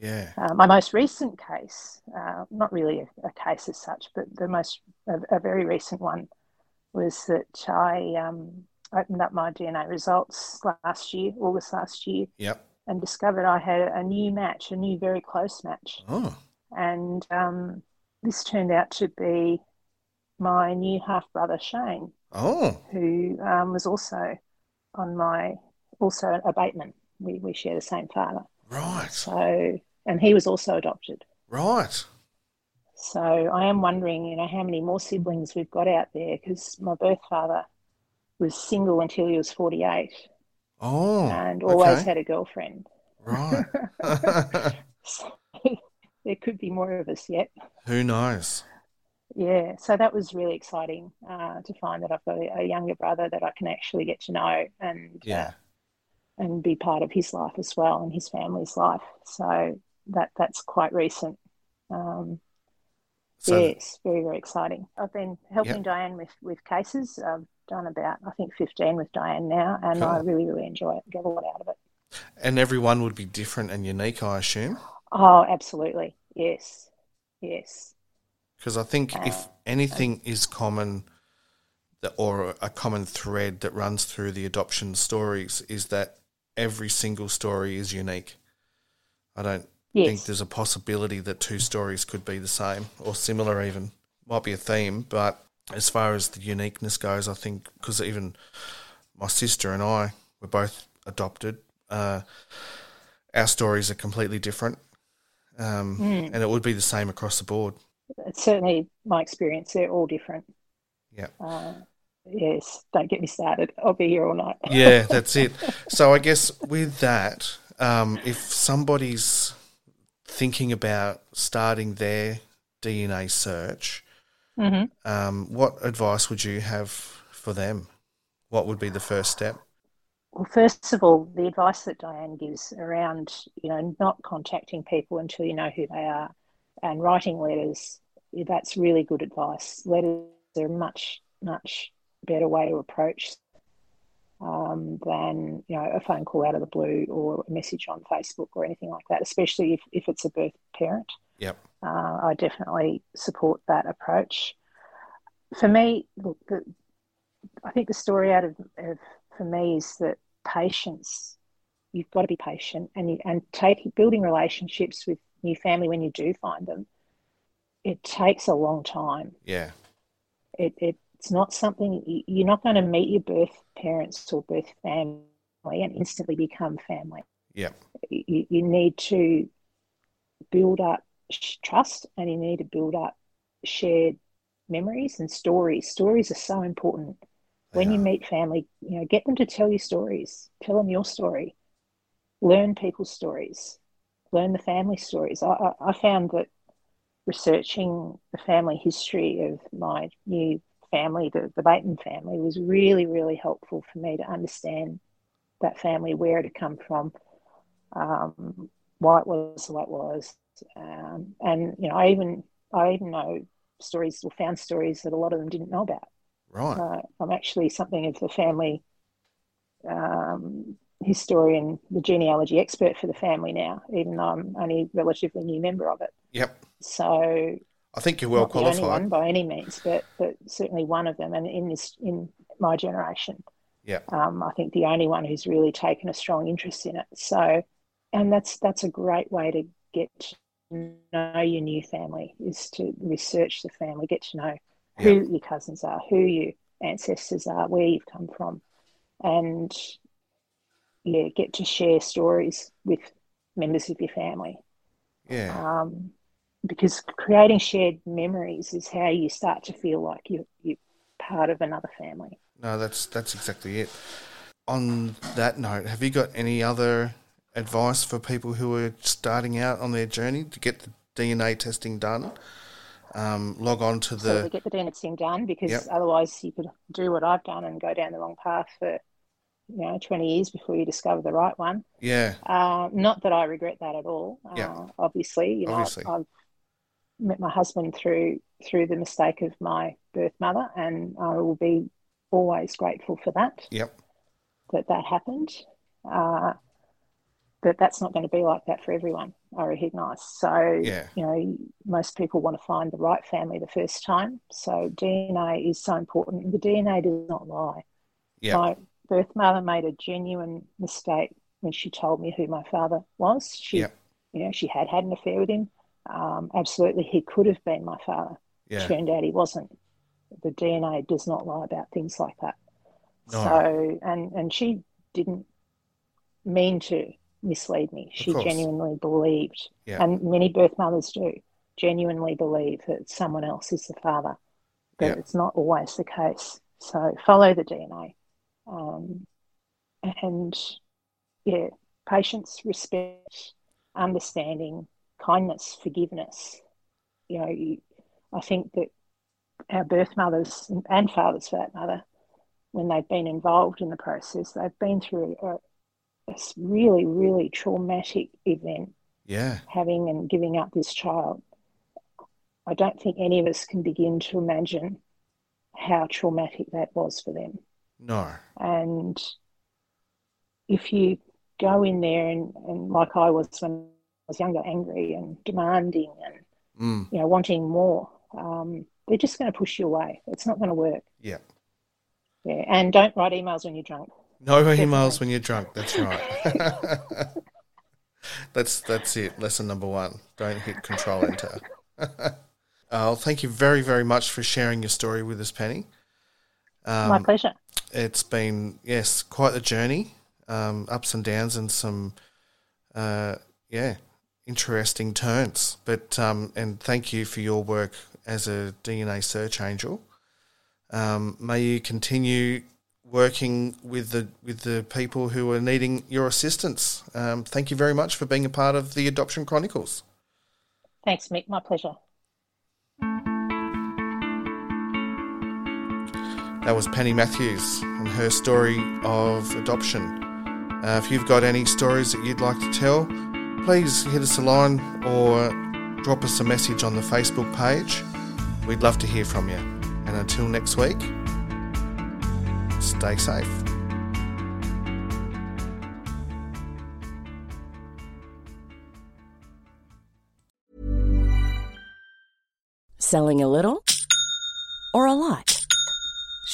Speaker 1: Yeah.
Speaker 2: Uh, my most recent case, uh, not really a, a, case as such, but the most a, a very recent one was that I um, opened up my DNA results last year, August last year,
Speaker 1: Yep.
Speaker 2: and discovered I had a new match, a new very close match,
Speaker 1: Oh.
Speaker 2: and um, this turned out to be my new half brother Shane,
Speaker 1: Oh.
Speaker 2: who um, was also on my also a bateman. We we share the same father,
Speaker 1: Right.
Speaker 2: so and he was also adopted.
Speaker 1: Right.
Speaker 2: So I am wondering, you know, how many more siblings we've got out there because my birth father was single until he was 48
Speaker 1: Oh.
Speaker 2: and always
Speaker 1: okay.
Speaker 2: had a girlfriend.
Speaker 1: Right.
Speaker 2: So there could be more of us yet.
Speaker 1: Who knows?
Speaker 2: Yeah, so that was really exciting uh, to find that I've got a, a younger brother that I can actually get to know and uh,
Speaker 1: Yeah.
Speaker 2: and be part of his life as well and his family's life. So that that's quite recent. Um,
Speaker 1: So
Speaker 2: yes, very, very exciting. I've been helping
Speaker 1: Yep.
Speaker 2: Diane with, with cases. I've done about, I think, 15 with Diane now, and I
Speaker 1: Cool.
Speaker 2: really, really enjoy it, get a lot out of it.
Speaker 1: and everyone would be different and unique, I assume,
Speaker 2: Oh, absolutely. Yes, yes.
Speaker 1: because I think if anything is common, that or a common thread that runs through the adoption stories is that every single story is unique. I don't think
Speaker 2: Yes.
Speaker 1: there's a possibility that two stories could be the same or similar. Even might be a theme, but as far as the uniqueness goes, I think because even my sister and I were both adopted. Uh, our stories are completely different, um, and it would be the same across the board.
Speaker 2: It's certainly my experience. They're all different.
Speaker 1: Yeah,
Speaker 2: Uh, yes, don't get me started. I'll be here all night.
Speaker 1: yeah, that's it. So I guess with that, um, if somebody's thinking about starting their DNA search,
Speaker 2: hmm
Speaker 1: um, what advice would you have for them? What would be the first step?
Speaker 2: Well, first of all, the advice that Diane gives around, you know, not contacting people until you know who they are and writing letters, that's really good advice. Letters are a much, much better way to approach um, than, you know, a phone call out of the blue or a message on Facebook or anything like that, especially if, if it's a birth parent.
Speaker 1: Yep.
Speaker 2: Uh, I definitely support that approach. For me, look, the, I think the story out of, of for me is that patience. You've got to be patient, and you, and take building relationships with new family when you do find them. It takes a long time.
Speaker 1: Yeah.
Speaker 2: It, it it's not something you- you're not going to meet your birth parents or birth family and instantly become family
Speaker 1: Yep.
Speaker 2: you, you need to build up sh- trust and you need to build up shared memories and stories. Stories are so important.
Speaker 1: They
Speaker 2: When you
Speaker 1: are.
Speaker 2: meet family, you know, get them to tell you stories. Tell them your story. Learn people's stories. Learn the family stories. I, I, I found that researching the family history of my new family, the, the Bateman family, was really, really helpful for me to understand that family, where it had come from, um, why it was the way it was. Um, and you know, I even I even know stories or found stories that a lot of them didn't know about.
Speaker 1: Right.
Speaker 2: Uh, I'm actually something of the family um, historian, the genealogy expert for the family now, even though I'm only a relatively new member of it.
Speaker 1: Yep.
Speaker 2: So
Speaker 1: I think you're well
Speaker 2: not the only one
Speaker 1: qualified.
Speaker 2: by any means, but but certainly one of them, and in this in my generation
Speaker 1: Yeah.
Speaker 2: um, I think the only one who's really taken a strong interest in it. So, and that's that's a great way to get to know your new family is to research the family, get to know who
Speaker 1: Yeah.
Speaker 2: your cousins are, who your ancestors are, where you've come from, and yeah, get to share stories with members of your family.
Speaker 1: Yeah.
Speaker 2: Um, because creating shared memories is how you start to feel like you you're part of another family.
Speaker 1: No, that's that's exactly it. On that note, have you got any other advice for people who are starting out on their journey to get the DNA testing done? Um, log on to
Speaker 2: so we
Speaker 1: the
Speaker 2: get the DNA testing done because
Speaker 1: Yep.
Speaker 2: otherwise you could do what I've done and go down the wrong path for you know 20 years before you discover the right one.
Speaker 1: yeah,
Speaker 2: Uh, not that I regret that at all.
Speaker 1: Yeah.
Speaker 2: Uh, obviously, you know,
Speaker 1: Obviously.
Speaker 2: I've met my husband through through the mistake of my birth mother, and I will be always grateful for that,
Speaker 1: Yep.
Speaker 2: that that happened. Uh, but that's not going to be like that for everyone, I recognise. So,
Speaker 1: Yeah.
Speaker 2: you know, most people want to find the right family the first time. So, DNA is so important. The DNA does not lie.
Speaker 1: Yeah.
Speaker 2: My birth mother made a genuine mistake when she told me who my father was. She,
Speaker 1: Yep.
Speaker 2: you know, she had had an affair with him. Um, absolutely, he could have been my father.
Speaker 1: Yeah.
Speaker 2: Turned out he wasn't. The DNA does not lie about things like that.
Speaker 1: No.
Speaker 2: So, and and she didn't mean to mislead me. She
Speaker 1: course.
Speaker 2: genuinely believed,
Speaker 1: Yeah.
Speaker 2: and many birth mothers do genuinely believe that someone else is the father, but
Speaker 1: Yeah.
Speaker 2: it's not always the case. So follow the DNA, um, and yeah, patience, respect, understanding, kindness, forgiveness. You know, you, I think that our birth mothers and fathers, for that matter, when they've been involved in the process, they've been through a, a s- really, really traumatic event,
Speaker 1: Yeah.
Speaker 2: having and giving up this child. I don't think any of us can begin to imagine how traumatic that was for them.
Speaker 1: No.
Speaker 2: And if you go in there and, and like I was when I was younger, angry and demanding and
Speaker 1: Mm.
Speaker 2: you know wanting more, um, they're just going to push you away. It's not going to work.
Speaker 1: Yeah.
Speaker 2: Yeah, and don't write emails when you're drunk.
Speaker 1: No emails when you're drunk. That's right. that's that's it. Lesson number one: don't hit Control Enter. uh, thank you very very much for sharing your story with us, Penny. Um,
Speaker 2: My pleasure.
Speaker 1: it's been yes quite a journey um, ups and downs and some uh, yeah interesting turns but um, and thank you for your work as a dna search angel um, may you continue working with the with the people who are needing your assistance um, thank you very much for being a part of the adoption chronicles
Speaker 2: Thanks, Mick. My pleasure.
Speaker 1: That was Penny Matthews and her story of adoption. Uh, if you've got any stories that you'd like to tell, please hit us a line or drop us a message on the Facebook page. We'd love to hear from you. And until next week, stay safe.
Speaker 3: Selling a little or a lot?